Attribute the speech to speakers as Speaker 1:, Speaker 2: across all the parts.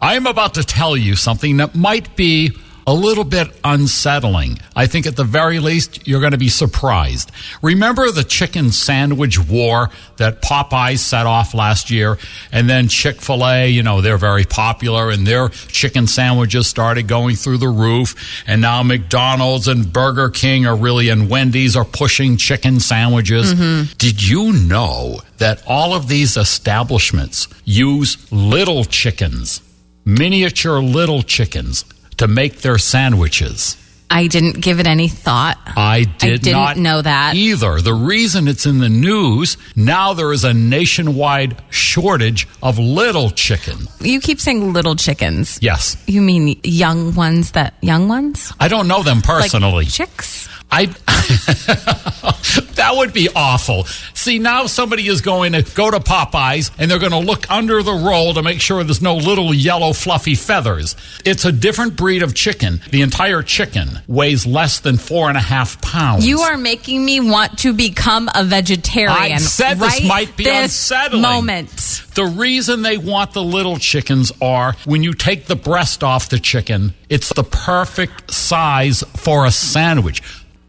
Speaker 1: I am about to tell you something that might be a little bit unsettling. I think at the very least, you're going to be surprised. Remember the chicken sandwich war that Popeyes set off last year? And then Chick fil A, you know, they're very popular and their chicken sandwiches started going through the roof. And now McDonald's and Burger King are really, and Wendy's are pushing chicken sandwiches. Did you know that all of these establishments use little chickens? Miniature little chickens to make their sandwiches.
Speaker 2: I didn't give it any thought.
Speaker 1: I did
Speaker 2: didn't
Speaker 1: not
Speaker 2: know that.
Speaker 1: either. The reason it's in the news now there is a nationwide shortage of little chicken.
Speaker 2: You keep saying little chickens.
Speaker 1: Yes,
Speaker 2: You mean young ones that young ones?
Speaker 1: I don't know them
Speaker 2: Like
Speaker 1: personally.
Speaker 2: chicks?
Speaker 1: I that would be awful. See, now somebody is going to go to Popeyes and they're going to look under the roll to make sure there's no little yellow fluffy feathers. It's a different breed of chicken. The entire chicken weighs less than four and a half pounds.
Speaker 2: You are making me want to become a vegetarian.
Speaker 1: I said this
Speaker 2: right
Speaker 1: might be
Speaker 2: this
Speaker 1: unsettling.
Speaker 2: Moment.
Speaker 1: The reason they want the little chickens are when you take the breast off the chicken, it's the perfect size for a sandwich.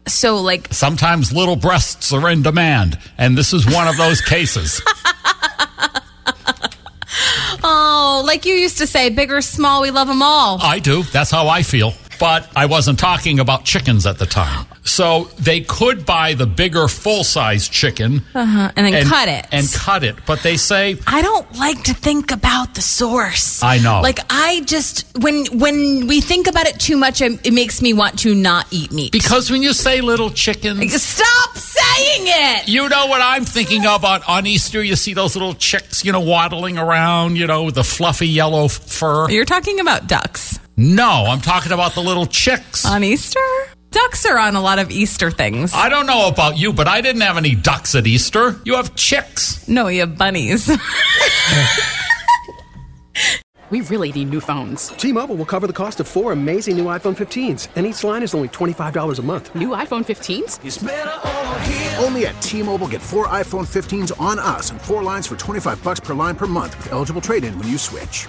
Speaker 2: So like
Speaker 1: Sometimes little breasts are in demand, and this is one of those cases.
Speaker 2: oh, like you used to say, big or small, we love them all.
Speaker 1: I do. That's how I feel. But I wasn't talking about chickens at the time. So they could buy the bigger full size chicken
Speaker 2: Uh-huh. And then cut it.
Speaker 1: Uh, And cut it. But they say
Speaker 2: I don't like to think about the source.
Speaker 1: I know.
Speaker 2: Like I just when when we think about it too much, it, it makes me want to not eat meat.
Speaker 1: because when you say little chickens,
Speaker 2: stop saying it.
Speaker 1: You know what I'm thinking of on, on Easter? You see those little chicks, you know, waddling around, you know, with the fluffy yellow f- fur.
Speaker 2: You're talking about ducks
Speaker 1: No, I'm talking about the little chicks.
Speaker 2: on Easter? Ducks are on a lot of Easter things.
Speaker 1: I don't know about you, but I didn't have any ducks at Easter. You have chicks.
Speaker 2: no, you have bunnies.
Speaker 3: We really need new phones.
Speaker 4: T-Mobile will cover the cost of four amazing new iPhone 15s, and each line is only $25 a month.
Speaker 3: New iPhone 15s?
Speaker 5: Only at T-Mobile, get four iPhone 15s on us and four lines for 25 bucks per line per month with eligible trade-in when you switch.